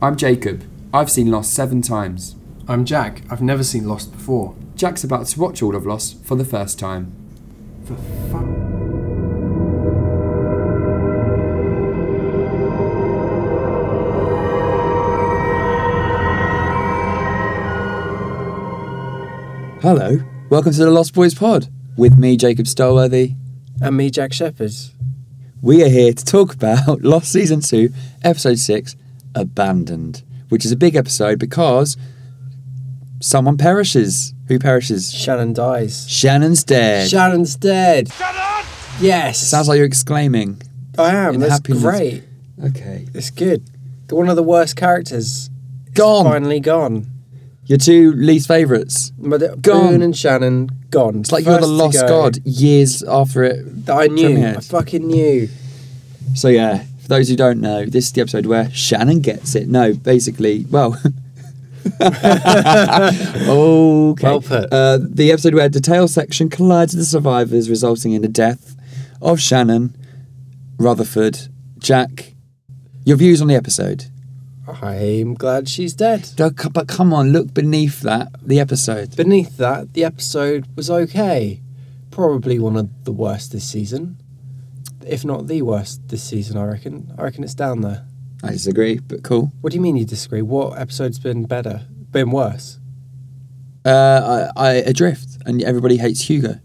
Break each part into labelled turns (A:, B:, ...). A: I'm Jacob. I've seen Lost seven times.
B: I'm Jack. I've never seen Lost before.
A: Jack's about to watch all of Lost for the first time.
B: For fu-
A: Hello. Welcome to the Lost Boys pod with me, Jacob Stolworthy.
C: And me, Jack Shepherd.
A: We are here to talk about Lost Season 2, Episode 6, Abandoned, which is a big episode because someone perishes. Who perishes?
C: Shannon dies.
A: Shannon's dead.
C: Shannon's dead. Yes.
A: Sounds like you're exclaiming.
C: I am.
A: in
C: That's
A: happiness.
C: great.
A: Okay.
C: It's good. The- One of the worst characters. is
A: Gone.
C: Finally gone.
A: Your two least favourites.
C: But
A: Gone.
C: Boone and Shannon gone.
A: It's like you you're the
C: First
A: lost
C: to go.
A: god years after it
C: That I knew.
A: Premiered.
C: I fucking knew.
A: So yeah, for those who don't know, this is the episode where Shannon gets it. No, basically, well. okay.
C: Well put.
A: Uh, the episode where the tail section collides with the survivors, resulting in the death of Shannon, Rutherford, Jack. Your views on the episode?
C: I'm glad she's dead.
A: Duh, c- But come on, look beneath that. The episode.
C: Beneath that, the episode was okay. Probably one of the worst this season. If not the worst this season, I reckon. I reckon it's down there.
A: I disagree, but cool.
C: What do you mean you disagree? What episode's been better? Been worse?
A: Uh, I, I adrift, and everybody hates Hugo.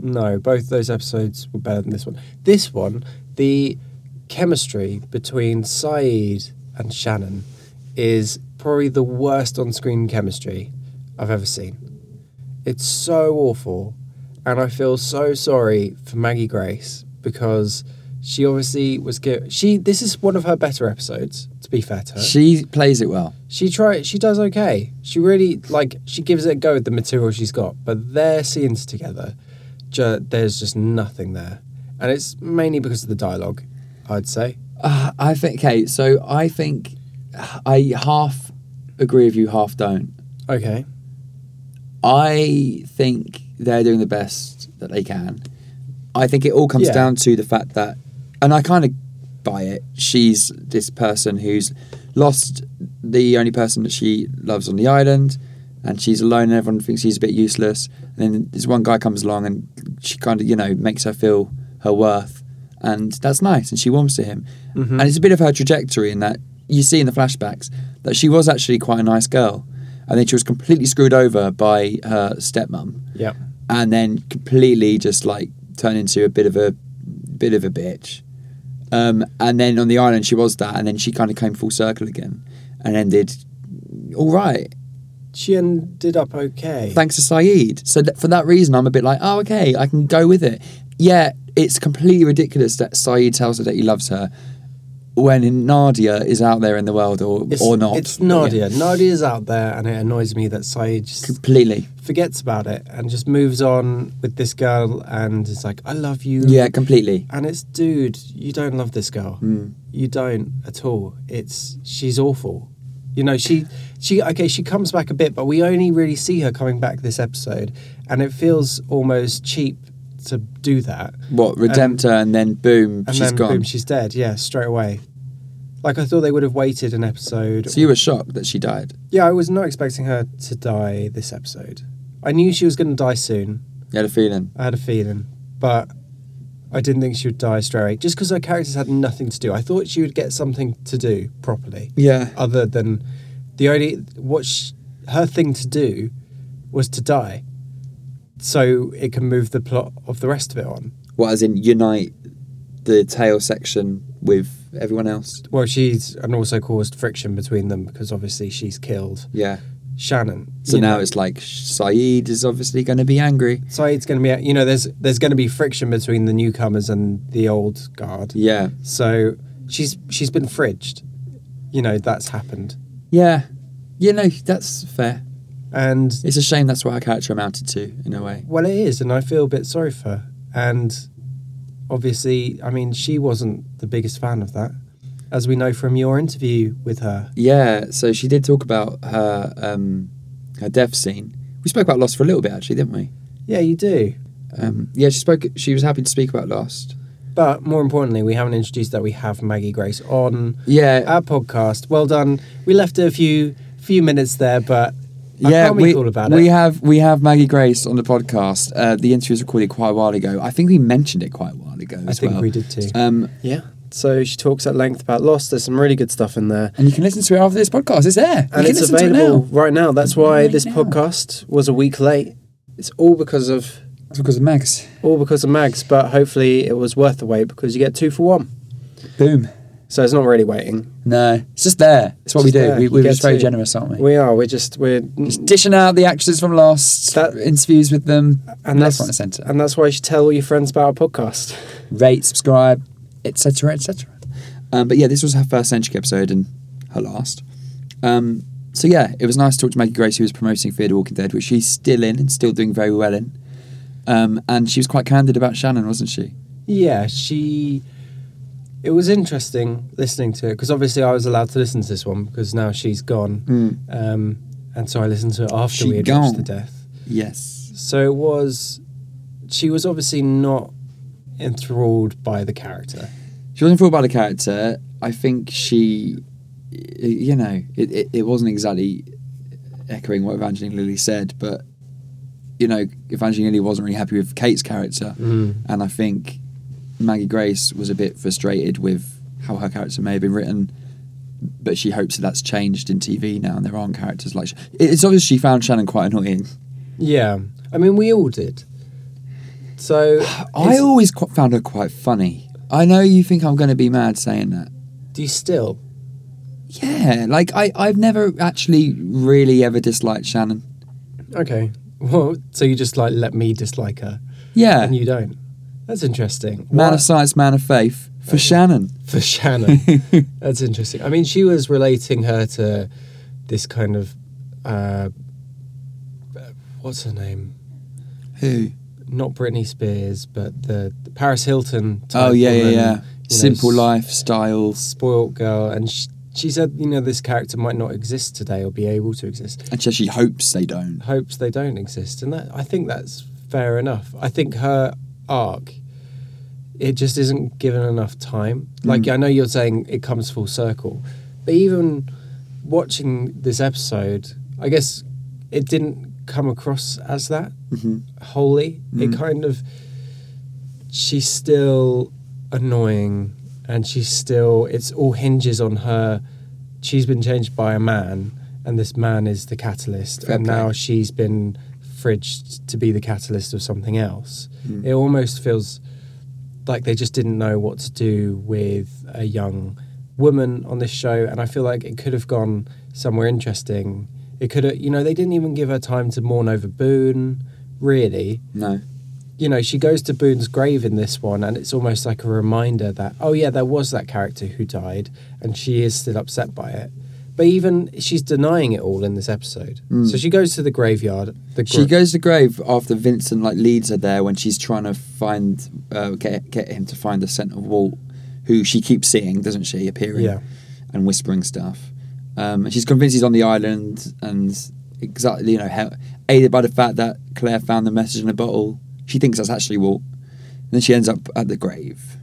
C: No, both those episodes were better than this one. This one, the chemistry between Saeed and Shannon is probably the worst on screen chemistry I've ever seen. It's so awful, and I feel so sorry for Maggie Grace because she obviously was good. She this is one of her better episodes. To be fair to her,
A: She plays it well.
C: she try she does okay. She really like she gives it a go with the material she's got, but their scenes together, ju- there's just nothing there, and it's mainly because of the dialogue, I'd say.
A: Uh, I think okay, so I think I half agree with you, half don't.
C: Okay,
A: I think they're doing the best that they can. I think it all comes
C: Yeah.
A: down to the fact that, and I kind of buy it. She's this person who's lost the only person that she loves on the island, and she's alone, and everyone thinks she's a bit useless. And then this one guy comes along, and she kind of, you know, makes her feel her worth, and that's nice, and she warms to him.
C: Mm-hmm.
A: And it's a bit of her trajectory in that you see in the flashbacks that she was actually quite a nice girl, and then she was completely screwed over by her stepmom
C: yeah,
A: and then completely just like turn into a bit of a bit of a bitch. Um, and then on the island she was that, and then she kind of came full circle again, and ended all right
C: she ended up okay.
A: thanks to Saeed. So that, for that reason, I'm a bit like, oh okay, I can go with it. Yeah, it's completely ridiculous that Saeed tells her that he loves her. When Nadia is out there in the world, or
C: it's,
A: or not,
C: It's
A: But yeah,
C: Nadia. Nadia's out there, and it annoys me that Saeed just
A: completely.
C: forgets about it and just moves on with this girl, and it's like I love you.
A: Yeah, completely.
C: and it's dude you don't love this girl
A: Hmm.
C: you don't at all it's she's awful you know she she okay she comes back a bit but we only really see her coming back this episode and it feels almost cheap to do that
A: What
C: And-
A: redempt her, and then boom,
C: and
A: she's
C: then
A: gone.
C: boom she's dead yeah straight away like i thought they would have waited an episode
A: so you were shocked that she died.
C: yeah i was not expecting her to die this episode i knew she was going to die soon
A: You had a feeling.
C: I had a feeling, but I didn't think she would die straight away, just because her characters had nothing to do. I thought she would get something to do properly,
A: Yeah.
C: other than the only what sh her thing to do was to die, so it can move the plot of the rest of it on.
A: What, as in unite the tail section with everyone else?
C: Well, she's and also caused friction between them because obviously she's killed
A: Yeah.
C: Shannon.
A: So
C: you
A: now
C: know.
A: it's like Saeed is obviously going to be angry.
C: so it's going to be you know there's there's going to be friction between the newcomers and the old guard.
A: Yeah.
C: So she's she's been fridged. You know, that's happened.
A: Yeah. You know, that's fair.
C: And
A: It's a shame that's what her character amounted to, in a way.
C: well it is, and I feel a bit sorry for her. And obviously, I mean, she wasn't the biggest fan of that. As we know from your interview with her.
A: Yeah. So she did talk about her um, her death scene. We spoke about Lost for a little bit, actually, didn't we?
C: Yeah, you do.
A: Um, yeah, she spoke. She was happy to speak about Lost,
C: But more importantly, we haven't introduced that we have Maggie Grace on
A: Yeah, uh,
C: our podcast. Well done. We left her a few few minutes there, but I
A: yeah.
C: can't be
A: We,
C: cool about
A: we
C: it.
A: have we have Maggie Grace on the podcast. Uh, the interview was recorded quite a while ago. I think we mentioned it quite a while ago.
C: I
A: as
C: think
A: well.
C: we did too.
A: Um,
D: Yeah. So she talks at length about Lost. There's some really good stuff in there.
A: and you can listen to it after this podcast. It's there.
D: And
A: You can
D: it's
A: listen to it
D: available
A: now.
D: right now. That's why
A: Right
D: this
A: now.
D: podcast was a week late. It's all because of
A: It's because of Max.
D: all because of Mags, but hopefully it was worth the wait because you get two for one.
A: Boom.
D: So it's not really waiting.
A: No, it's just there. It's what
D: Just
A: we do.
D: there.
A: We,
D: You
A: we're
D: get
A: just very
D: to.
A: generous, aren't we?
D: We are. We're just we're
A: Just dishing out the actors from Lost,
D: That-
A: interviews with them,
D: and that's
A: left, front, and centre.
D: and that's why you should tell all your friends about our podcast.
A: Rate, subscribe, etc., etc. Um, but yeah, this was her first Centric episode and her last. Um, so yeah, it was nice to talk to Maggie Grace, who was promoting Fear the Walking Dead, which she's still in and still doing very well in. Um, and she was quite candid about Shannon, wasn't she?
C: yeah, she. It was interesting listening to it because obviously I was allowed to listen to this one because now she's gone,
D: Mm.
C: um, and so I listened to it after
A: She
C: we had watched the
A: gone.
C: death.
A: Yes.
C: So it was. She was obviously not enthralled by the character.
A: She wasn't fooled by the character. I think she, you know, it, it, it wasn't exactly echoing what Evangeline Lilly said, but, you know, Evangeline Lilly wasn't really happy with Kate's character.
C: Mm.
A: And I think Maggie Grace was a bit frustrated with how her character may have been written, but she hopes that that's changed in TV now and there aren't characters like. Sh- It's obvious she found Shannon quite annoying.
C: Yeah, I mean we all did. So
A: I
C: it's-
A: always qu- found her quite funny. I know you think I'm going to be mad saying that.
C: do you still?
A: Yeah, like I, I've never actually really ever disliked Shannon.
C: Okay. Well, so you just like let me dislike her,
A: Yeah,
C: and you don't. That's interesting.
A: man
C: Why-
A: of science, man of faith for Shannon.
C: for Shannon. That's interesting. I mean, she was relating her to this kind of uh, what's her name?
A: Who?
C: Not Britney Spears, but the, the Paris Hilton. Type
A: Oh yeah, yeah,
C: woman,
A: yeah.
C: you know,
A: Simple
C: s-
A: lifestyles,
C: spoilt girl, and she, she said, you know, this character might not exist today or be able to exist.
A: and she actually hopes they don't.
C: Hopes they don't exist, and that I think that's fair enough. I think her arc. It just isn't given enough time. Like I know you're saying it comes full circle, but even watching this episode, I guess it didn't come across as that
A: Mm-hmm.
C: wholly. It kind of she's still annoying, and she's still. It's all hinges on her. She's been changed by a man, and this man is the catalyst,
A: Fair
C: and
A: play.
C: now she's been fridged to be the catalyst of something else. It almost feels like they just didn't know what to do with a young woman on this show and i feel like it could have gone somewhere interesting it could have you know they didn't even give her time to mourn over boone really
A: No,
C: you know she goes to boone's grave in this one and it's almost like a reminder that oh yeah there was that character who died and she is still upset by it but even she's denying it all in this episode so she goes to the graveyard the
A: she
C: gra-
A: goes to the grave after Vincent like leads her there when she's trying to find uh, get get him to find the scent of Walt, who she keeps seeing, doesn't she? Appearing,
C: Yeah.
A: and whispering stuff. Um, and she's convinced he's on the island, and exactly you know how, aided by the fact that Claire found the message in a bottle, she thinks that's actually Walt. And then she ends up at the grave,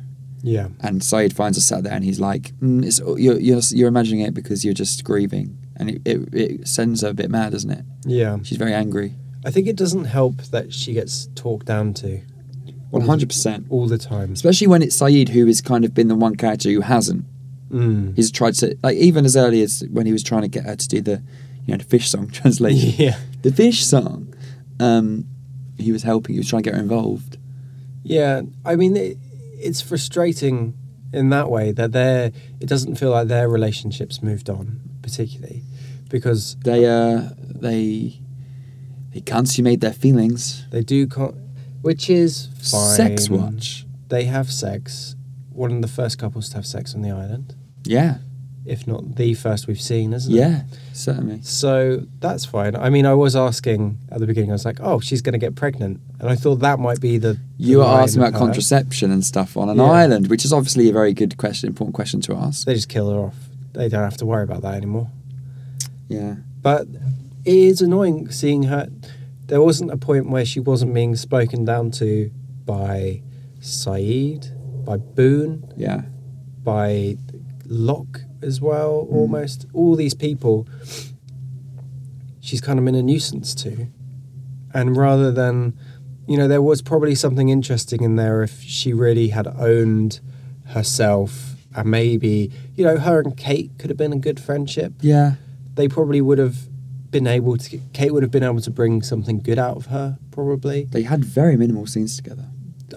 C: yeah
A: and Said finds her sat there, and he's like, mm, "It's you're, you're you're imagining it because you're just grieving." And it, it, it sends her a bit mad, doesn't it?
C: yeah
A: She's very angry.
C: I think it doesn't help that she gets talked down to
A: One hundred percent.
C: all the time.
A: especially when it's Saeed who has kind of been the one character who hasn't.
C: Mm.
A: He's tried to like even as early as when he was trying to get her to do the, you know, the fish song translation.
C: Yeah,
A: The fish song. Um, he was helping. He was trying to get her involved.
C: yeah. I mean, it, it's frustrating in that way that their it doesn't feel like their relationships moved on particularly because
A: They uh they they consummate their feelings.
C: they do, con- which is fine.
A: Sex watch.
C: They have sex. One of the first couples to have sex on the island,
A: Yeah,
C: if not the first we've seen, isn't it?
A: yeah, certainly.
C: So that's fine. I mean, I was asking at the beginning. I was like, "Oh, she's going to get pregnant," and I thought that might be the. the
A: You are
C: line
A: asking
C: of
A: about
C: her.
A: contraception and stuff on an
C: Yeah.
A: island, which is obviously a very good question, important question to ask.
C: They just kill her off. They don't have to worry about that anymore.
A: Yeah,
C: But it is annoying seeing her. There wasn't a point where she wasn't being spoken down to by Saeed by Boone,
A: Yeah.
C: by Locke as well, almost. All these people she's kind of been a nuisance to. And rather than, you know, there was probably something interesting in there if she really had owned herself and maybe, you know, her and Kate could have been a good friendship
A: Yeah.
C: they probably would have been able to Kate would have been able to bring something good out of her probably
A: They had very minimal scenes together.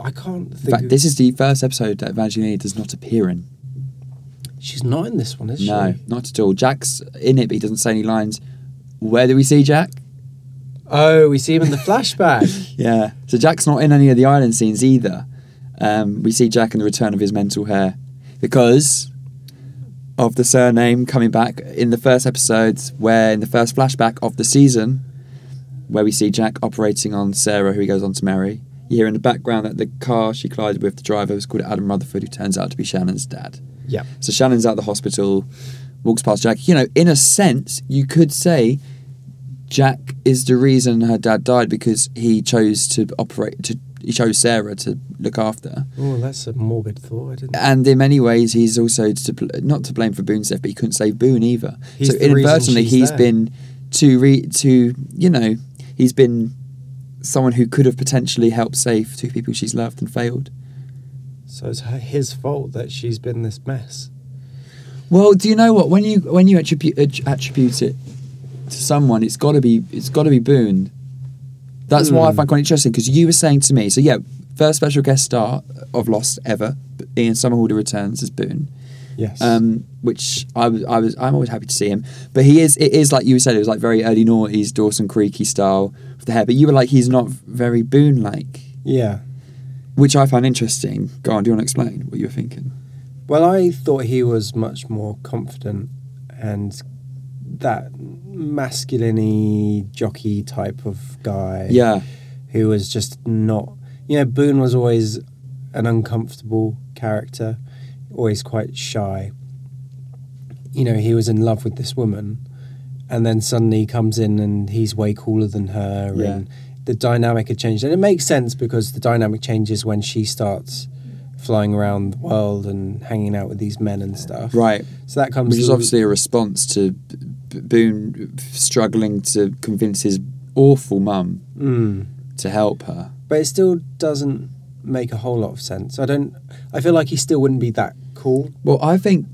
C: I can't
A: In
C: think
A: fact,
C: of-
A: this is the first episode that Evangeline does not appear in.
C: she's not in this one is
A: no,
C: she
A: not at all. Jack's in it, but he doesn't say any lines. Where do we see Jack?
C: oh we see him in the flashback
A: Yeah. So Jack's not in any of the island scenes either. Um, we see Jack in the return of his mental hair because of the surname coming back in the first episode, where in the first flashback of the season, where we see Jack operating on Sarah, who he goes on to marry. You hear in the background that the car she collided with, the driver, was called Adam Rutherford, who turns out to be Shannon's dad.
C: yeah
A: So Shannon's at the hospital, walks past Jack. You know, in a sense, you could say Jack is the reason her dad died because he chose to operate to he chose Sarah to look after.
C: oh that's a morbid thought I didn't
A: And in many ways, he's also to bl- not to blame for Boone's death, but he couldn't save Boone either.
C: He's
A: so
C: the reason
A: inadvertently,
C: she's
A: he's
C: there.
A: been to re to you know he's been someone who could have potentially helped save two people she's loved and failed.
C: so it's her, his fault that she's been this mess
A: Well, do you know what? When you when you attribute att- attribute it to someone, it's got to be it's got to be Boone. That's why I
C: Hmm.
A: find it quite interesting because you were saying to me. So yeah, first special guest star of Lost ever, Ian Somerhalder returns as Boone,
C: yes
A: um, which I was I was I'm always happy to see him. But he is it is like you said it was like very early noughties Dawson Creeky style with the hair. But you were like he's not very Boone like,
C: yeah
A: which I found interesting. Go on, do you want to explain what you were thinking?
C: Well, I thought he was much more confident and that masculine jockey type of guy.
A: Yeah.
C: Who was just not, you know, Boone was always an uncomfortable character, always quite shy. You know, he was in love with this woman and then suddenly he comes in and he's way cooler than her
A: Yeah.
C: and the dynamic had changed. And it makes sense because the dynamic changes when she starts flying around the world and hanging out with these men and stuff.
A: Right.
C: So that comes
A: which is
C: l-
A: obviously a response to B- B- Boone struggling to convince his awful mum
C: Mm.
A: to help her.
C: But it still doesn't make a whole lot of sense. I don't I feel like he still wouldn't be that cool.
A: Well, I think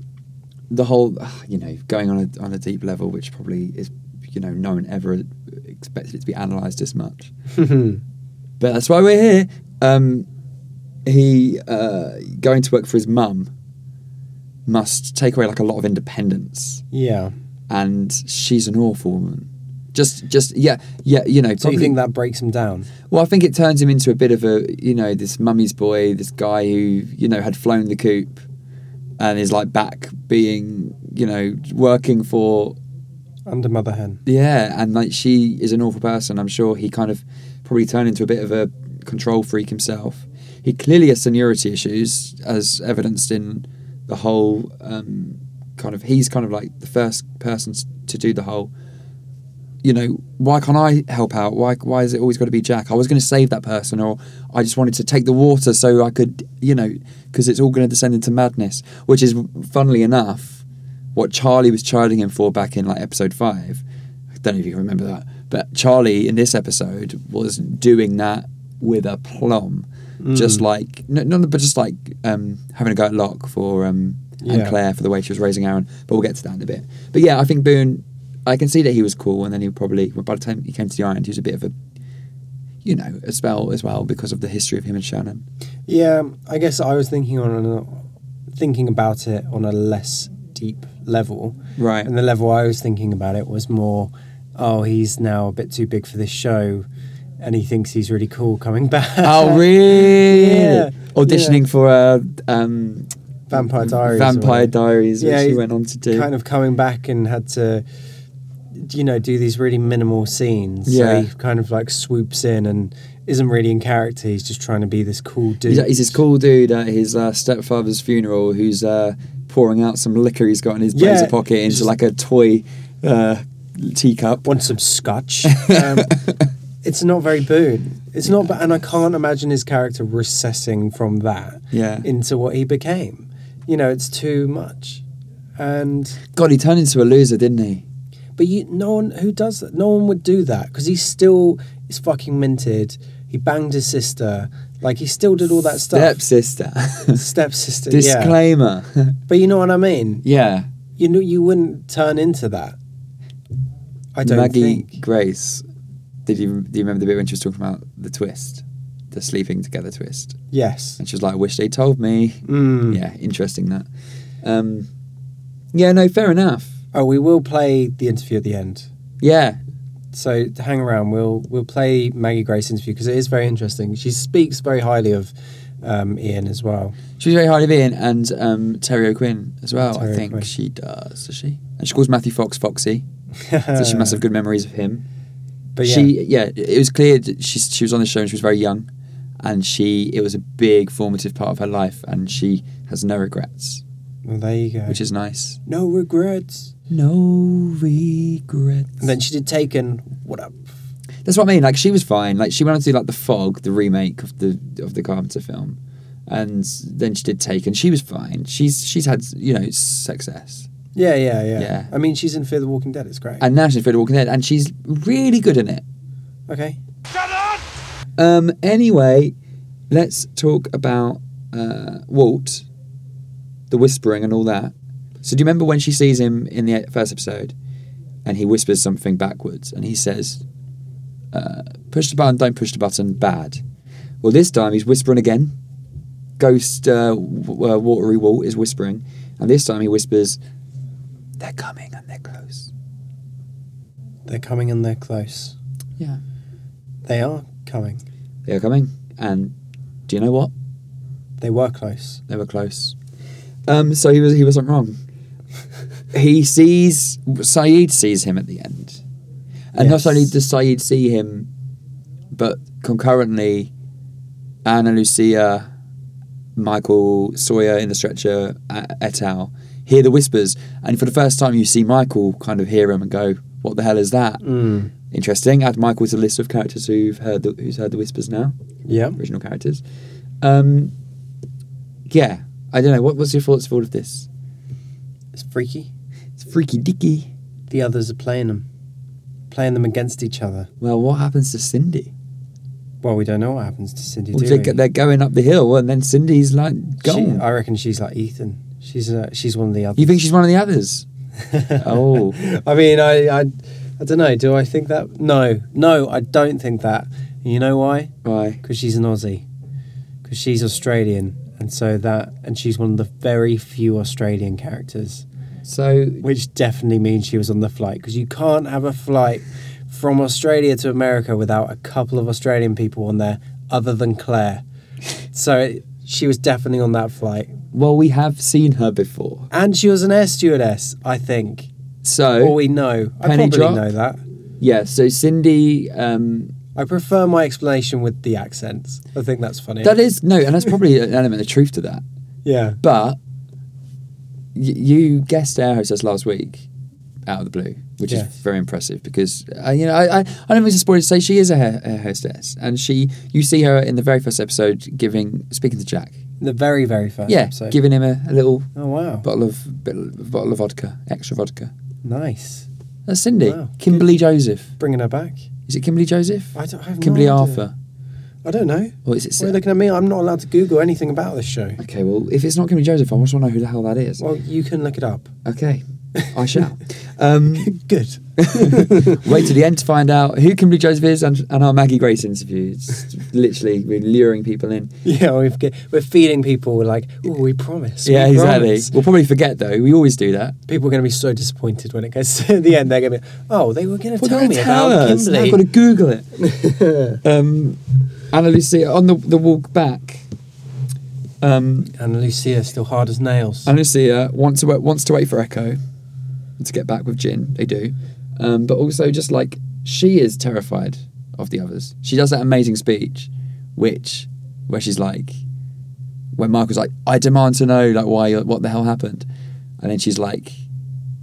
A: the whole, ah, you know, going on a, on a deep level, which probably is, you know, no one ever expected it to be analysed as much. Mm-hmm. But that's why we're here. Um, he uh, going to work for his mum must take away like a lot of independence,
C: yeah.
A: and she's an awful woman. Just, just yeah, yeah, you know.
C: So you
A: probably-
C: think that breaks him down?
A: Well, I think it turns him into a bit of a, you know, this mummy's boy, this guy who, you know, had flown the coop and is like back being, you know, working for,
C: Under Mother Hen.
A: yeah, and like she is an awful person. I'm sure he kind of probably turned into a bit of a control freak himself. He clearly has seniority issues, as evidenced in the whole um, kind of, he's kind of like the first person s- to do the whole you know, why can't I help out? Why why is it always got to be Jack? I was going to save that person, or I just wanted to take the water so I could, you know, because it's all going to descend into madness. Which is, funnily enough, what Charlie was chiding him for back in like episode five. I don't know if you can remember that, but Charlie in this episode was doing that with a plum, Mm.
C: Mm.
A: just like no, no, but just like um, having a go at Locke for um, and
C: Yeah.
A: Claire for the way she was raising Aaron. But we'll get to that in a bit. But yeah, I think Boone. I can see that he was cool, and then he probably well, by the time he came to the island, he was a bit of a, you know, a spell as well because of the history of him and Shannon.
C: Yeah, I guess I was thinking on a, thinking about it on a less deep level.
A: Right.
C: And the level I was thinking about it was more, oh, he's now a bit too big for this show, and he thinks he's really cool coming back.
A: Oh really?
C: Yeah,
A: Auditioning for uh, um,
C: Vampire Diaries. or
A: Vampire
C: whatever.
A: Diaries, which he
C: he's
A: went on to do.
C: Kind of coming back and had to, you know, do these really minimal scenes.
A: Yeah.
C: So he kind of like swoops in and isn't really in character. He's just trying to be this cool dude.
A: He's, he's this cool dude at his uh, stepfather's funeral who's uh, pouring out some liquor he's got in his
C: Yeah,
A: blazer pocket into
C: just-
A: like a toy uh, teacup.
C: want some scotch. Um, it's not very Boone. It's not, but and I can't imagine his character recessing from that
A: Yeah.
C: into what he became. You know, it's too much. And
A: God, he turned into a loser, didn't he?
C: but you, no one who does that. No one would do that because he still is fucking minted. He banged his sister. Like he still did all that stuff.
A: Stepsister.
C: Stepsister. Yeah.
A: Disclaimer.
C: But you know what I mean.
A: yeah.
C: You know, you wouldn't turn into that. I don't
A: Maggie
C: think.
A: Grace. Did you do you remember the bit when she was talking about the twist, the sleeping together twist?
C: Yes.
A: And she was like, "I wish they told me."
C: Mm.
A: Yeah, interesting that. Um, yeah, no, fair enough.
C: Oh, we will play the interview at the end.
A: Yeah,
C: So to hang around, we'll we'll play Maggie Grace interview because it is very interesting. She speaks very highly of um, Ian as well.
A: she was very highly Ian and um, Terry O'Quinn as well. I
C: Terry
A: think
C: O'Quinn.
A: she does. Does she? And she calls Matthew Fox Foxy, so she must have good memories of him.
C: Uh. But yeah,
A: she, yeah, it was clear that she she was on the show and she was very young, and she it was a big formative part of her life, and she has no regrets,
C: well, there you go.
A: which is nice.
C: no regrets.
A: No regrets.
C: And then she did Taken. What up?
A: That's what I mean. Like she was fine. Like she went on to do like the Fog, the remake of the of the Carpenter film, and then she did Take, and she was fine. She's she's had you know success,
C: Yeah, yeah, yeah.
A: Yeah.
C: I mean, she's in Fear the Walking Dead. It's great.
A: and now she's in Fear the Walking Dead, and she's really good in it.
C: okay.
A: Um. Anyway, let's talk about uh, Walt, the whispering and all that. So do you remember when she sees him in the first episode, and he whispers something backwards, and he says, uh, "Push the button, don't push the button, bad." Well, this time he's whispering again. Ghost uh, w- uh, Watery Walt is whispering, and this time he whispers, "They're coming and they're close."
C: They're coming and they're close.
A: Yeah,
C: They are coming.
A: they are coming, and do you know what?
C: They were close.
A: They were close. Um, so he was he wasn't wrong. he sees Saeed sees him at the end, and
C: Yes.
A: not only does Saeed see him, but concurrently, Anna Lucia, Michael Sawyer in the stretcher a- et al. hear the whispers, and for the first time you see Michael kind of hear him and go, "What the hell is that?"
C: Mm.
A: Interesting. Add Michael to the list of characters who've heard the, who's heard the whispers now
C: Yeah.
A: original characters. Um, yeah, I don't know. What was your thoughts of all of this?
C: It's freaky.
A: It's freaky dicky.
C: The others are playing them, playing them against each other.
A: Well, what happens to Cindy?
C: Well, we don't know what happens to Cindy.
A: Well,
C: do
A: they,
C: we?
A: go- they're going up the hill, and then Cindy's like
C: She-
A: gone.
C: I reckon she's like Ethan. She's uh, she's one of the others.
A: you think she's one of the others? oh,
C: I mean, I, I I don't know. Do I think that? No, no, I don't think that. And you know why?
A: why?
C: Because she's an Aussie. Because she's Australian, and so that, and she's one of the very few Australian characters,
A: So
C: which definitely means she was on the flight. Because you can't have a flight from Australia to America without a couple of Australian people on there, other than Claire. so it, she was definitely on that flight,
A: well, we have seen her before.
C: and she was an air stewardess, I think. All
A: So
C: we know. I
A: Oh. Penny
C: probably
A: drop.
C: know that.
A: yeah, so Cindy. Um,
C: I prefer my explanation with the accents. I think that's funny.
A: that is no, and that's probably an element of truth to that.
C: yeah.
A: But y- you guessed air hostess last week out of the blue, which
C: Yes.
A: is very impressive because uh, you know I I, I don't think it's a spoiler to say she is a air, air hostess, and she you see her in the very first episode giving speaking to Jack,
C: The very, very first
A: yeah,
C: episode.
A: giving him a, a little
C: oh, wow.
A: bottle of bit, bottle of vodka, extra vodka.
C: Nice.
A: That's Cindy,
C: Wow.
A: Kimberly Joseph.
C: Bringing her back.
A: Is it Kimberly Joseph?
C: I don't I have no
A: Kimberly
C: idea.
A: Arthur,
C: I don't know.
A: or is it?
C: Why are you looking at me? I'm not allowed to Google anything about this show.
A: okay, well, if it's not Kimberly Joseph, I just want to know who the hell that is.
C: Well, you can look it up.
A: Okay, I shall. Um,
C: Good.
A: Wait till the end to find out who Kimberly Joseph is and, and our Maggie Grace interview. It's literally, we're luring people in.
C: Yeah, we've get, we're feeding people we're like, oh, we promise. we
A: yeah, exactly.
C: promise."
A: We'll probably forget though. We always do that.
C: People are going to be so disappointed when it gets to the end. They're going to be, oh, they were going to
A: Well,
C: tell
A: don't
C: me
A: tell
C: about
A: us. Now I've got to
C: Kimberly.
A: Google it. um, Anna Lucia on the the walk back. Um,
C: And Lucia still hard as nails.
A: Anna Lucia wants to wait, wants to wait for Echo to get back with Jin. They do, um, but also just like she is terrified of the others. She does that amazing speech, which where she's like, when Michael's like, "I demand to know like why what the hell happened," and then she's like,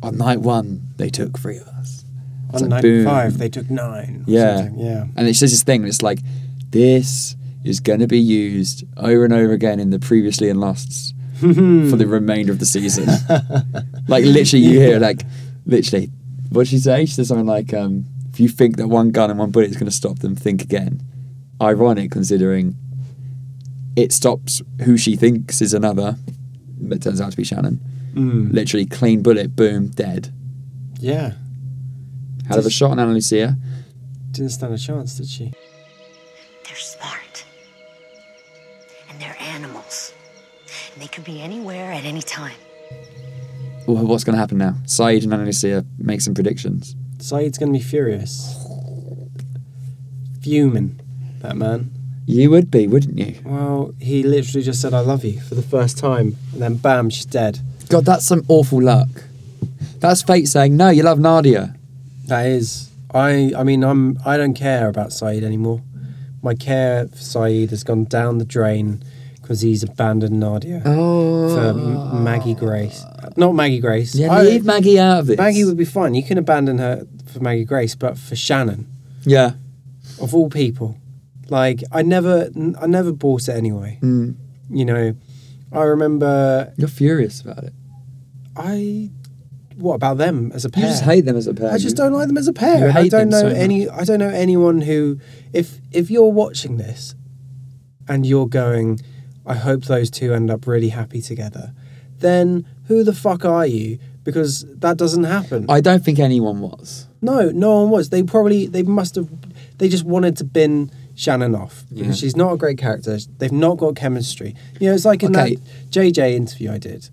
A: "On night one, they took three of us." It's
C: on
A: like,
C: ninety five,
A: boom.
C: they took nine. or
A: Yeah.
C: something. yeah.
A: And it's just this thing. It's like this is going to be used over and over again in the previously and losts for
C: Hmm.
A: the remainder of the season. like literally, you hear like literally. What she say? She says something like, um, "If you think that one gun and one bullet is going to stop them, think again." Ironic, considering it stops who she thinks is another, but turns out to be Shannon.
C: Mm.
A: Literally, clean bullet, boom, dead.
C: Yeah.
A: Hell of a shot on Anna Lucia.
C: Didn't stand a chance, did she?
E: They're smart. And they're animals. And they could be anywhere at any time.
A: Well, what's going to happen now? Saeed and Anna Lucia make some predictions.
C: Saeed's gonna be furious. Fuming, that man.
A: You would be, wouldn't you?
C: Well, he literally just said I love you for the first time and then bam, she's dead.
A: God, that's some awful luck. That's fate saying, no, you love Nadia.
C: That is I I mean I'm I don't care about Saeed anymore. My care for Saeed has gone down the drain because he's abandoned Nadia
A: Oh.
C: for M- Maggie Grace. Not Maggie Grace.
A: Yeah,
C: I-
A: leave Maggie out of this.
C: Maggie would be fine. You can abandon her for Maggie Grace, but for Shannon,
A: Yeah.
C: of all people, like I never, n- I never bought it anyway.
A: Mm.
C: You know, I remember
A: You're furious about it.
C: I. What about them as a
A: You
C: pair?
A: just hate them as a pair.
C: I just
A: You-
C: don't like them as a pair.
A: You
C: I
A: hate
C: don't
A: them
C: know
A: so
C: any. I don't know anyone who, if if you're watching this, and you're going, I hope those two end up really happy together. Then who the fuck are you? Because that doesn't happen.
A: I don't think anyone was.
C: No, no one was. They probably they must have. They just wanted to bin Shannon off because she's not a great character. They've not got chemistry. You know, it's like in
A: Okay.
C: that JJ interview I did,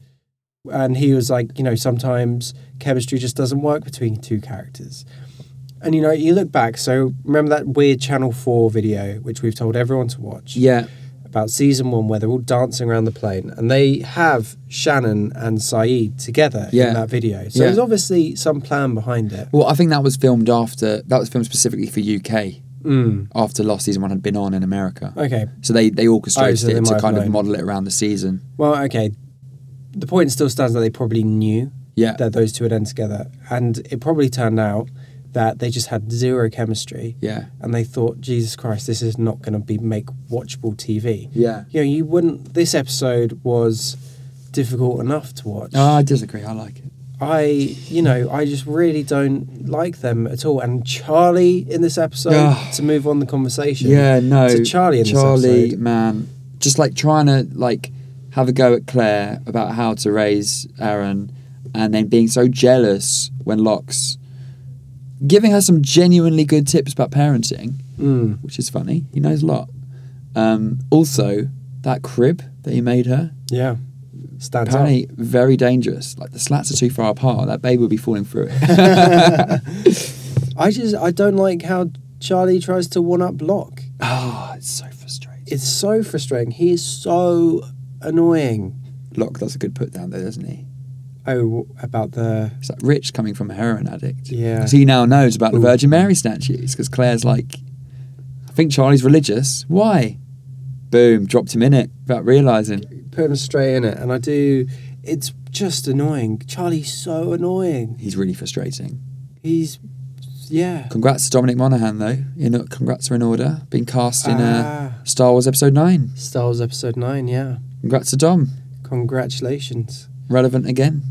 C: and he was like, you know, sometimes chemistry just doesn't work between two characters. And you know, you look back. So remember that weird Channel Four video which we've told everyone to watch
A: Yeah.
C: about season one where they're all dancing around the plane and they have Shannon and Saeed together
A: Yeah.
C: in that video. So
A: Yeah.
C: there's obviously some plan behind it.
A: Well, I think that was filmed after, that was filmed specifically for UK after Lost Season 1 had been on in America.
C: Okay.
A: So they, they orchestrated
C: Oh, so they
A: it
C: might
A: to
C: have
A: kind of
C: known.
A: model it around the season.
C: Well, okay. The point still stands that they probably knew
A: Yeah.
C: that those two would end together. And it probably turned out that they just had zero chemistry.
A: Yeah.
C: And they thought, Jesus Christ, this is not going to be make watchable TV.
A: Yeah.
C: You know, you wouldn't. This episode was difficult enough to watch.
A: Oh, I disagree. I like it.
C: I, you know, I just really don't like them at all. And Charlie in this episode,
A: Ah.
C: to move on the conversation.
A: Yeah, no.
C: To Charlie in
A: Charlie,
C: this episode.
A: man, just like trying to like have a go at Claire about how to raise Aaron, and then being so jealous when Locks giving her some genuinely good tips about parenting,
C: Mm.
A: which is funny. He knows a lot. Um, also, that crib that he made her
C: Yeah. Stands out.
A: apparently very dangerous. Like the slats are too far apart. That baby would be falling through it.
C: I just I don't like how Charlie tries to one up Locke.
A: oh, it's so frustrating.
C: It's so frustrating. He is so annoying.
A: Locke does a good put down though, doesn't he?
C: Oh, about the
A: It's like Rich coming from a heroin addict.
C: Yeah.
A: Because he now knows about the
C: Ooh.
A: Virgin Mary statues. Because Claire's like, I think Charlie's religious. Why? Boom, dropped him in it without realising.
C: put him straight in it, and I do. It's just annoying. Charlie's so annoying.
A: He's really frustrating.
C: He's yeah.
A: Congrats to Dominic Monaghan, though. In, congrats are in order. Being cast in uh,
C: Ah,
A: Star Wars Episode 9.
C: Star Wars Episode Nine. Yeah,
A: Congrats to Dom.
C: congratulations.
A: Relevant again.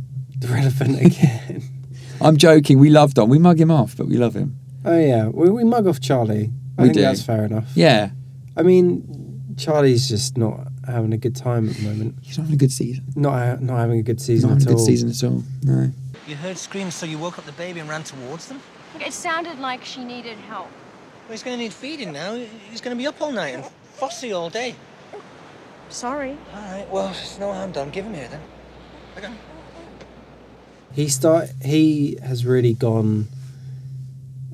C: Relevant again.
A: I'm joking. We love Dom. We mug him off, but we love him.
C: oh yeah, we, we mug off Charlie. I
A: We
C: think
A: do.
C: that's fair enough.
A: Yeah.
C: I mean, Charlie's just not having a good time at the moment.
A: He's not having a good season.
C: Not ha- not having a good
A: He's
C: season
A: not having
C: at
A: a good
C: all.
A: season at all. No.
F: You heard screams, so you woke up the baby and ran towards them?
G: It sounded like she needed help.
F: Well, he's going to need feeding now. He's going to be up all night and fussy all day.
G: Sorry.
F: All right, well, it's no harm done. Give him here then.
C: He start. He has really gone.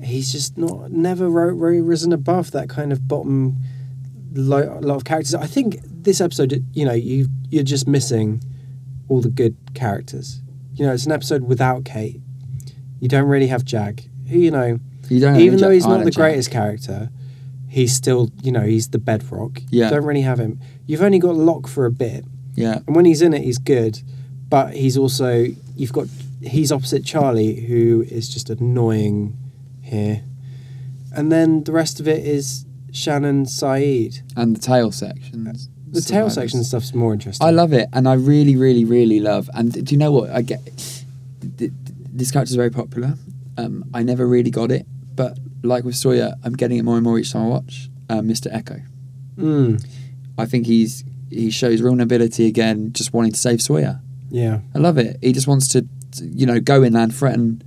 C: He's just not never ro- ro- risen above that kind of bottom lo- lot of characters. I think this episode, you know, you you're just missing all the good characters. You know, it's an episode without Kate. You don't really have Jack. Who you know,
A: You don't have
C: even
A: any
C: though
A: Ja-
C: he's
A: I
C: not
A: know
C: the
A: Jack.
C: greatest character, he's still you know he's the bedrock. You
A: Yeah.
C: don't really have him. You've only got Locke for a bit.
A: Yeah.
C: And when he's in it, he's good, but he's also you've got he's opposite Charlie, who is just annoying here. And then the rest of it is Shannon Saeed.
A: and the tail sections.
C: The tail section stuff's more interesting.
A: I love it, and I really, really, really love. And do you know what? I get th- th- this character's very popular. Um, I never really got it, but like with Sawyer, I'm getting it more and more each time I watch uh, Mr. Echo.
C: Mm,
A: I think he's he shows real nobility again, just wanting to save Sawyer.
C: yeah.
A: I love it. He just wants to, you know, go in there and threaten,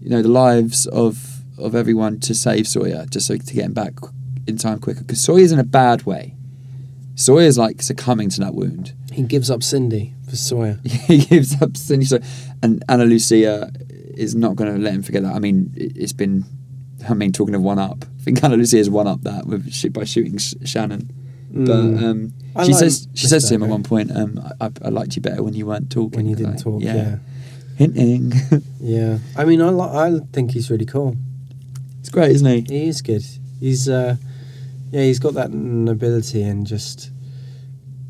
A: you know, the lives of of everyone to save Sawyer, just so to get him back in time quicker. Because Sawyer's in a bad way. Sawyer's like succumbing to that wound.
C: He gives up Cindy for Sawyer.
A: he gives up Cindy Sawyer, and Anna Lucia is not going to let him forget that. I mean, it, it's been. I mean, talking of one up, I think Anna Lucia's one up that with sh- by shooting sh- Shannon.
C: Mm.
A: But um,
C: I
A: she
C: like
A: says she says to him at
C: Mr.
A: one point, um, I, I- I liked you better when you weren't talking.
C: When you
A: Like,
C: didn't talk, yeah.
A: hinting.
C: Yeah. I mean, I, li- I think he's really cool.
A: it's great, isn't he?
C: He is good. He's uh, yeah, he's got that nobility and just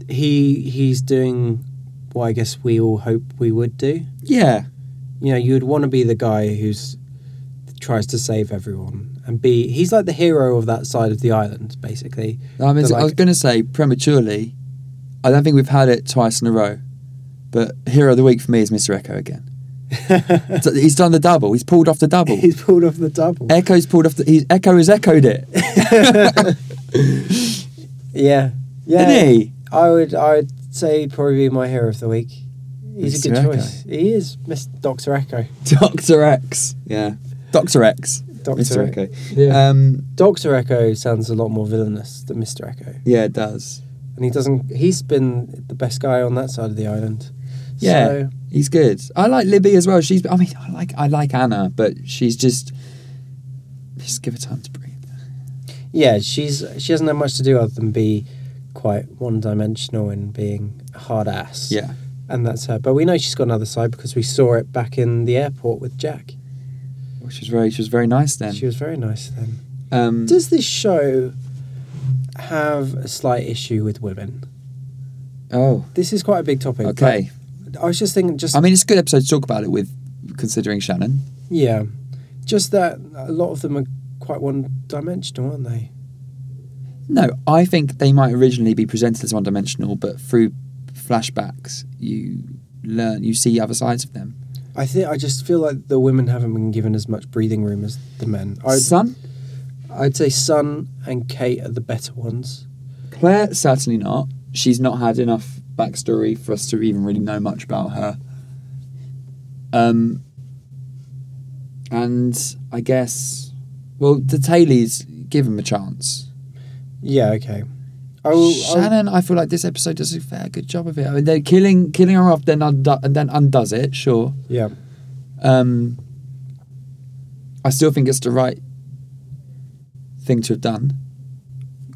C: he he's doing what I guess we all hope we would do.
A: Yeah,
C: You know, you'd want to be the guy who's tries to save everyone and be he's like the hero of that side of the island, basically.
A: I mean,
C: But,
A: I was
C: like-
A: going to say prematurely. I don't think we've had it twice in a row, but hero of the week for me is Mr. Echo again. So he's done the double. He's pulled off the double.
C: he's pulled off the double.
A: Echo's pulled off the. He's, Echo has echoed it,
C: Yeah, yeah.
A: didn't he?
C: I would I would say he'd probably be my hero of the week. He's a
A: Mr.
C: good
A: Echo.
C: choice. He is Mr. Doctor Echo.
A: Doctor X. Yeah. Doctor X.
C: Dr.
A: Mr.
C: X.
A: Echo.
C: Yeah.
A: Um,
C: Doctor Echo sounds a lot more villainous than Mr. Echo.
A: yeah, it does.
C: and he doesn't. He's been the best guy on that side of the island.
A: Yeah,
C: So,
A: he's good. I like Libby as well. She's. I mean, I like. I like Anna, but she's just. Just give her time to breathe.
C: yeah, she's she hasn't had much to do other than be quite one dimensional and being a hard ass.
A: Yeah.
C: and that's her. But we know she's got another side because we saw it back in the airport with Jack.
A: Well, she was very. She was very nice then.
C: She was very nice then.
A: Um,
C: Does this show have a slight issue with women?
A: oh,
C: This is quite a big topic. but
A: okay.
C: I was just thinking, just
A: I mean, it's a good episode to talk about it with, considering Shannon.
C: yeah, just that a lot of them are quite one dimensional, aren't they?
A: No, I think they might originally be presented as one-dimensional, but through flashbacks, you learn, you see other sides of them.
C: I think I just feel like the women haven't been given as much breathing room as the men. I'd,
A: Son,
C: I'd say Sun and Kate are the better ones.
A: Claire, certainly not. She's not had enough backstory for us to even really know much about her. Um, and I guess, well, the Tailies give him a chance.
C: Yeah, okay. I will, I
A: Shannon, I feel like this episode does a fair good job of it. I mean, they're killing killing her off, then undo- and then undoes it. Sure.
C: will- yeah,
A: Um, I still think it's the right thing to have done,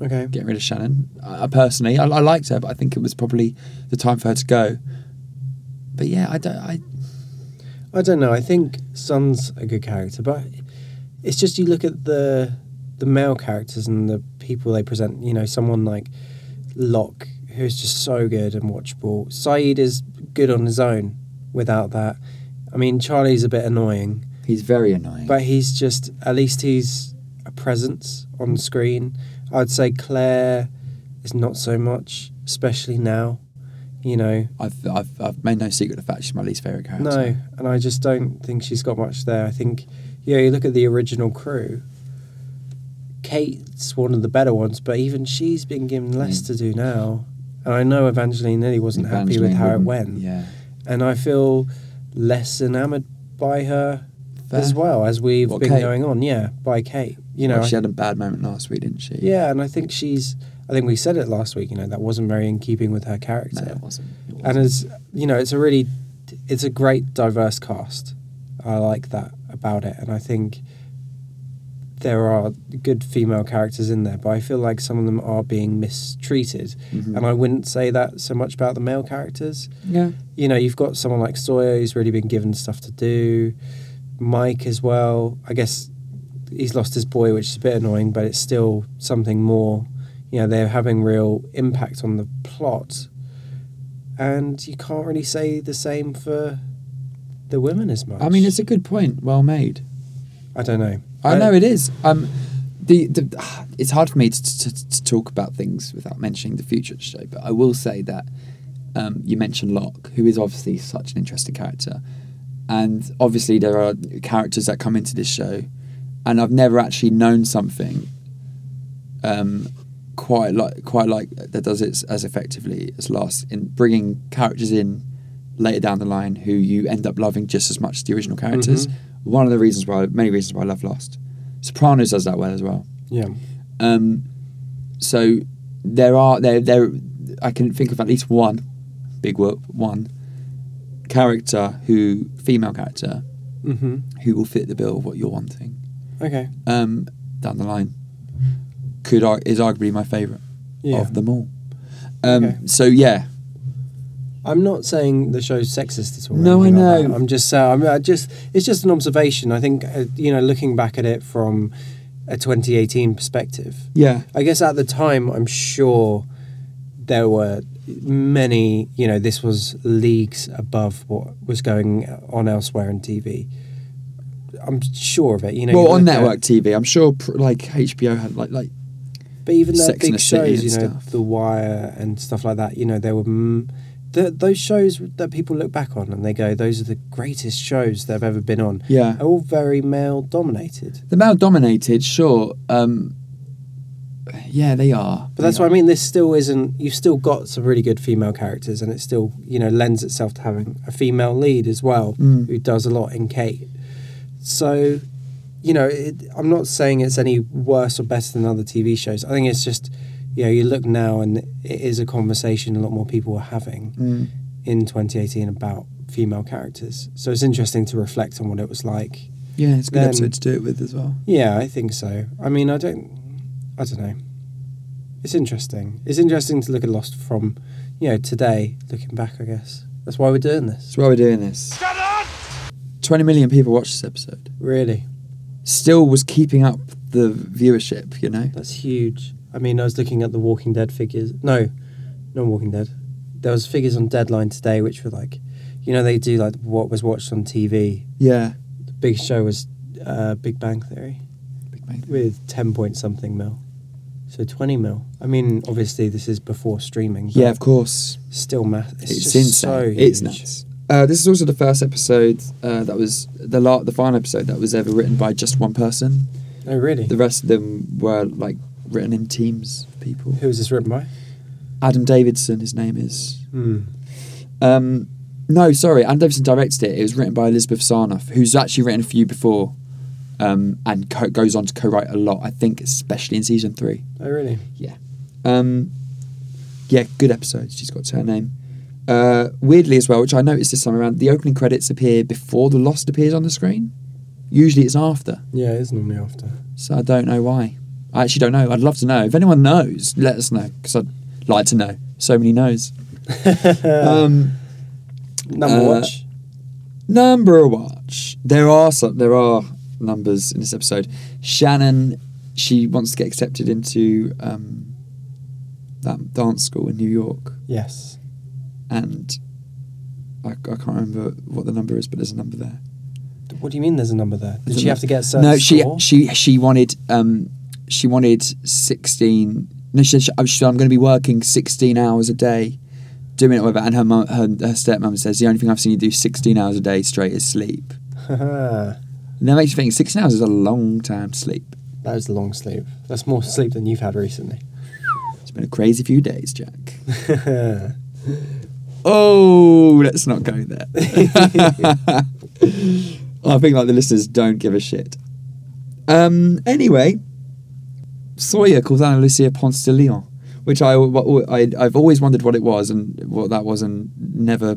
C: okay.
A: getting rid of Shannon. I, I personally, I, I liked her, but I think it was probably the time for her to go. But yeah, I don't. I
C: I don't know. I think Sun's a good character, but it's just you look at the the male characters and the people they present. You know, someone like Locke, who's just so good and watchable. Saeed is good on his own. Without that, I mean, Charlie's a bit annoying.
A: he's very annoying.
C: but he's just at least he's a presence on screen. I'd say Claire is not so much, especially now. You know,
A: I've, I've I've made no secret of the fact she's my least favorite character.
C: no, and I just don't think she's got much there. I think, yeah, you look at the original crew. Kate's one of the better ones, but even she's been given
A: Mm.
C: less to do now. And I know Evangeline Lilly wasn't happy with
A: Evangeline
C: how it
A: wouldn't-
C: went,
A: Yeah,
C: and I feel less enamored by her
A: Fair.
C: as well as we've
A: What,
C: been
A: Kate?
C: going on. Yeah, by Kate. You know,
A: Well,
C: I
A: she had a bad moment last week, didn't she?
C: Yeah, and I think she's. I think we said it last week. You know, that wasn't very in keeping with her
A: No,
C: character.
A: it wasn't. It wasn't.
C: and as you know, it's a really, it's a great diverse cast. I like that about it, and I think there are good female characters in there, but I feel like some of them are being mistreated,
A: Mm-hmm. Mm.
C: and I wouldn't say that so much about the male characters.
A: yeah.
C: You know, you've got someone like Sawyer who's really been given stuff to do. Mike as well. I guess he's lost his boy, which is a bit annoying, but it's still something more. You know, they're having real impact on the plot. And you can't really say the same for the women as much.
A: I mean, it's a good point. Well made.
C: I don't know.
A: I know it is. Um, the, the it's hard for me to, to, to talk about things without mentioning the future show, but I will say that um, you mentioned Locke, who is obviously such an interesting character, and obviously there are characters that come into this show, and I've never actually known something um, quite like quite like that does it as effectively as Lost in bringing characters in later down the line who you end up loving just as much as the original characters. One of the reasons why, many reasons why I love Lost. Sopranos does that well as well.
C: Yeah.
A: Um, so there are there there I can think of at least one big whoop one character who female character
C: Mm-hmm.
A: who will fit the bill of what you're wanting
C: Okay.
A: um, down the line. Could ar- is arguably my favourite
C: Yeah.
A: of them all. Um,
C: Okay.
A: So yeah,
C: I'm not saying the show's sexist at all. or
A: No, I
C: anything like
A: know.
C: that. I'm just saying. I'm I just. It's just an observation. I think uh, you know, looking back at it from a 2018 perspective.
A: yeah,
C: I guess at the time, I'm sure there were many. You know, this was leagues above what was going on elsewhere in TV. I'm sure of it. You know, you
A: well, on
C: look at-
A: network TV, I'm sure pr- like HBO had like like
C: But even the
A: Sex and
C: big
A: the City
C: shows, you know,
A: and stuff.
C: The Wire and stuff like that, you know, there were mm, th those shows that people look back on and they go, "Those are the greatest shows that I've ever been on."
A: Yeah.
C: are all very male dominated.
A: the male dominated. Sure, um, yeah, they are.
C: But that's what I mean. This still isn't. You've still got some really good female characters, and it still, you know, lends itself to having a female lead as well, who does a lot in Kate. So, you know, it, I'm not saying it's any worse or better than other TV shows. I think it's just, you know, you look now, and it is a conversation a lot more people are having
A: Mm.
C: in 2018 about female characters. So it's interesting to reflect on what it was like.
A: Yeah, it's a good
C: Then-
A: episode to do it with as well.
C: Yeah, I think so. I mean, I don't, I don't know. It's interesting. It's interesting to look at Lost from, you know, today, looking back. I guess that's why we're doing this.
A: That's why we're doing this. Shut up! 20 million people watched this episode.
C: Really,
A: Still was keeping up the viewership, you know?
C: that's huge. I mean, I was looking at the Walking Dead figures. No, not Walking Dead. There was figures on Deadline today, which were like, you know, they do like what was watched on TV.
A: Yeah.
C: The big show was uh, Big Bang Theory
A: Big mate.
C: with ten point something mil. So twenty mil. I mean, obviously this is before streaming. but-
A: Yeah, of course.
C: still math. It's,
A: It's,
C: just
A: insane.
C: so
A: it's
C: huge.
A: nuts. Uh, this is also the first episode uh, that was the la- the final episode that was ever written by just one person.
C: Oh really?
A: The rest of them were like written in teams of people.
C: Who was this written by?
A: Adam Davidson, his name is.
C: Hmm.
A: Um, no, sorry, Adam Davidson directed it. It was written by Elizabeth Sarnoff, who's actually written a few before, um, and co- goes on to co-write a lot. I think, especially in season three.
C: Oh really?
A: Yeah. Um, yeah, good episode. She's got her name. Uh, weirdly, as well, which I noticed this time around, the opening credits appear before the Lost appears on the screen. Usually it's after,
C: Yeah, it's normally after.
A: so I don't know why. I actually don't know. I'd love to know. If anyone knows, let us know, because I'd like to know. So many knows. um,
C: Number
A: Uh,
C: watch.
A: Number watch. There are some, there are numbers in this episode. Shannon, she wants to get accepted into um, that dance school in New York,
C: Yes.
A: and I, I can't remember what the number is, but there's a number there.
C: What do you mean? There's a number there. Did
A: There's a
C: she have
A: nu-
C: to get a certain
A: no,
C: score?
A: she she she wanted um, she wanted sixteen. No, she said she, oh, she said I'm going to be working sixteen hours a day, doing it whatever. And her mum, her, her stepmom says the only thing I've seen you do sixteen hours a day straight is sleep.
C: that
A: And that makes you think 16 hours is a long time to sleep.
C: was a long sleep. That's more sleep than you've had recently.
A: It's been a crazy few days, Jack.
C: yeah,
A: Oh, let's not go there. I think like the listeners don't give a shit. Um, anyway, Sawyer calls Anna Lucia Ponce de Leon, which I, I I've always wondered what it was and what that was and never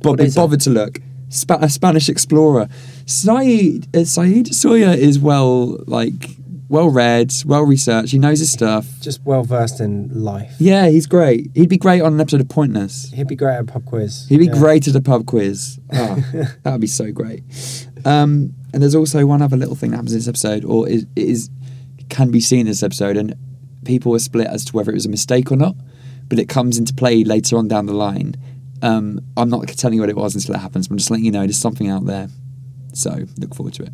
A: bo-
C: What is it?
A: bothered to look. Spa- a Spanish explorer, Saeed uh, Saeed Sawyer is well like well read, well researched. He knows his stuff.
C: just well versed in life.
A: Yeah, he's great. He'd be great on an episode of Pointless.
C: He'd be great at a pub quiz.
A: He'd be
C: Yeah.
A: great at a pub quiz. Ah, that would be so great. Um, and there's also one other little thing that happens in this episode, or is, is can be seen in this episode, and people were split as to whether it was a mistake or not. But it comes into play later on down the line. Um, I'm not telling you what it was until it happens. But I'm just letting you know there's something out there. So look forward to it.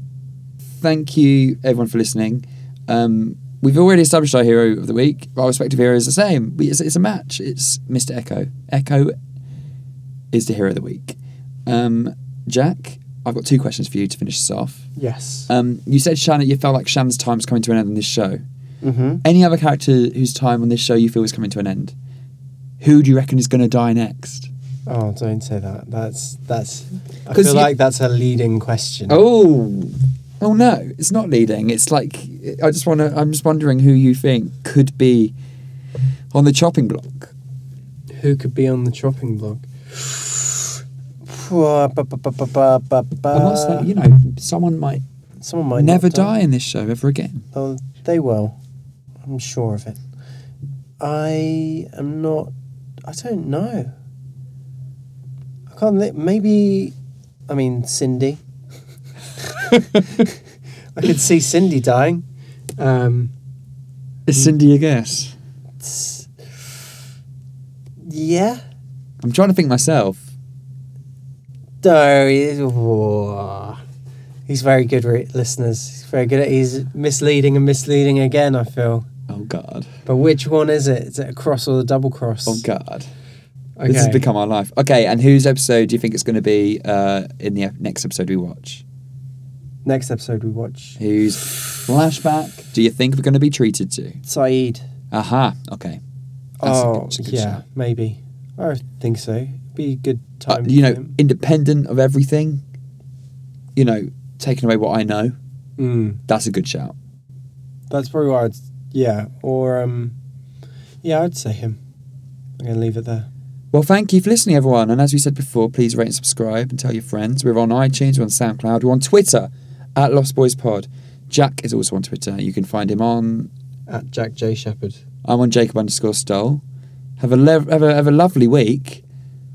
A: thank you everyone for listening. Um, we've already established our hero of the week. Our respective hero is the same. We- It's, it's a match. It's Mr. Echo. Echo is the hero of the week. Um, Jack, I've got two questions for you to finish this off.
D: Yes.
A: Um, you said Shannon, you felt like Shannon's time's coming to an end on this show.
D: mm-hmm.
A: Any other character whose time on this show you feel is coming to an end? Who do you reckon is going to die next?
C: Oh, don't say that. That's that's. I
A: 'Cause
C: feel
A: you-
C: like that's a leading question.
A: Oh, oh no, it's not leading. It's like I just want to. I'm just wondering who you think could be on the chopping block.
C: Who could be on the chopping block? And
A: and what's that? You know, someone might
C: Someone might
A: never
C: not
A: die in this show ever again.
C: Oh, they will. I'm sure of it. I am not. I don't know. I can't. Think, maybe. I mean, Cindy. I could see Cindy dying. Um,
A: Is Cindy a guess?
C: s- yeah.
A: I'm trying to think myself.
C: No, he's, whoa. he's very good, re- listeners. He's very good at. He's misleading and misleading again. I feel.
A: Oh God.
C: But which one is it? Is it a cross or the double cross?
A: Oh God. This has
C: Okay.
A: become our life. Okay, and whose episode do you think it's going to be uh, in the ep- next episode we watch?
C: Next episode we watch
A: Whose flashback do you think we're going to be treated to?
C: Saeed.
A: Aha. Okay. That's a good-
C: oh
A: that's a good
C: yeah,
A: shout.
C: maybe. I think so. Be a good
A: Uh,
C: time.
A: you
C: for
A: know,
C: him.
A: independent of everything. You know, taking away what I know.
C: Mm,
A: That's a good shout.
C: that's probably what I'd. Yeah, or um, yeah, I'd say him. I'm gonna leave it there.
A: Well, thank you for listening, everyone. And as we said before, please rate and subscribe and tell your friends. We're on iTunes, we're on SoundCloud, we're on Twitter at Lost Boys Pod. Jack is also on Twitter. You can find him on.
C: At Jack J Shepherd.
A: I'm on Jacob underscore Stoll. Have a lev have a have a lovely week.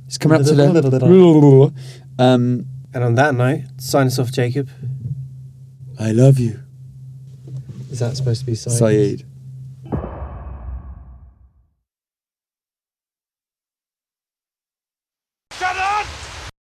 A: It's coming up to the. um,
C: And on that note, sign us off, Jacob.
A: I love you,
C: Is that supposed to be Saeed?
A: Saeed.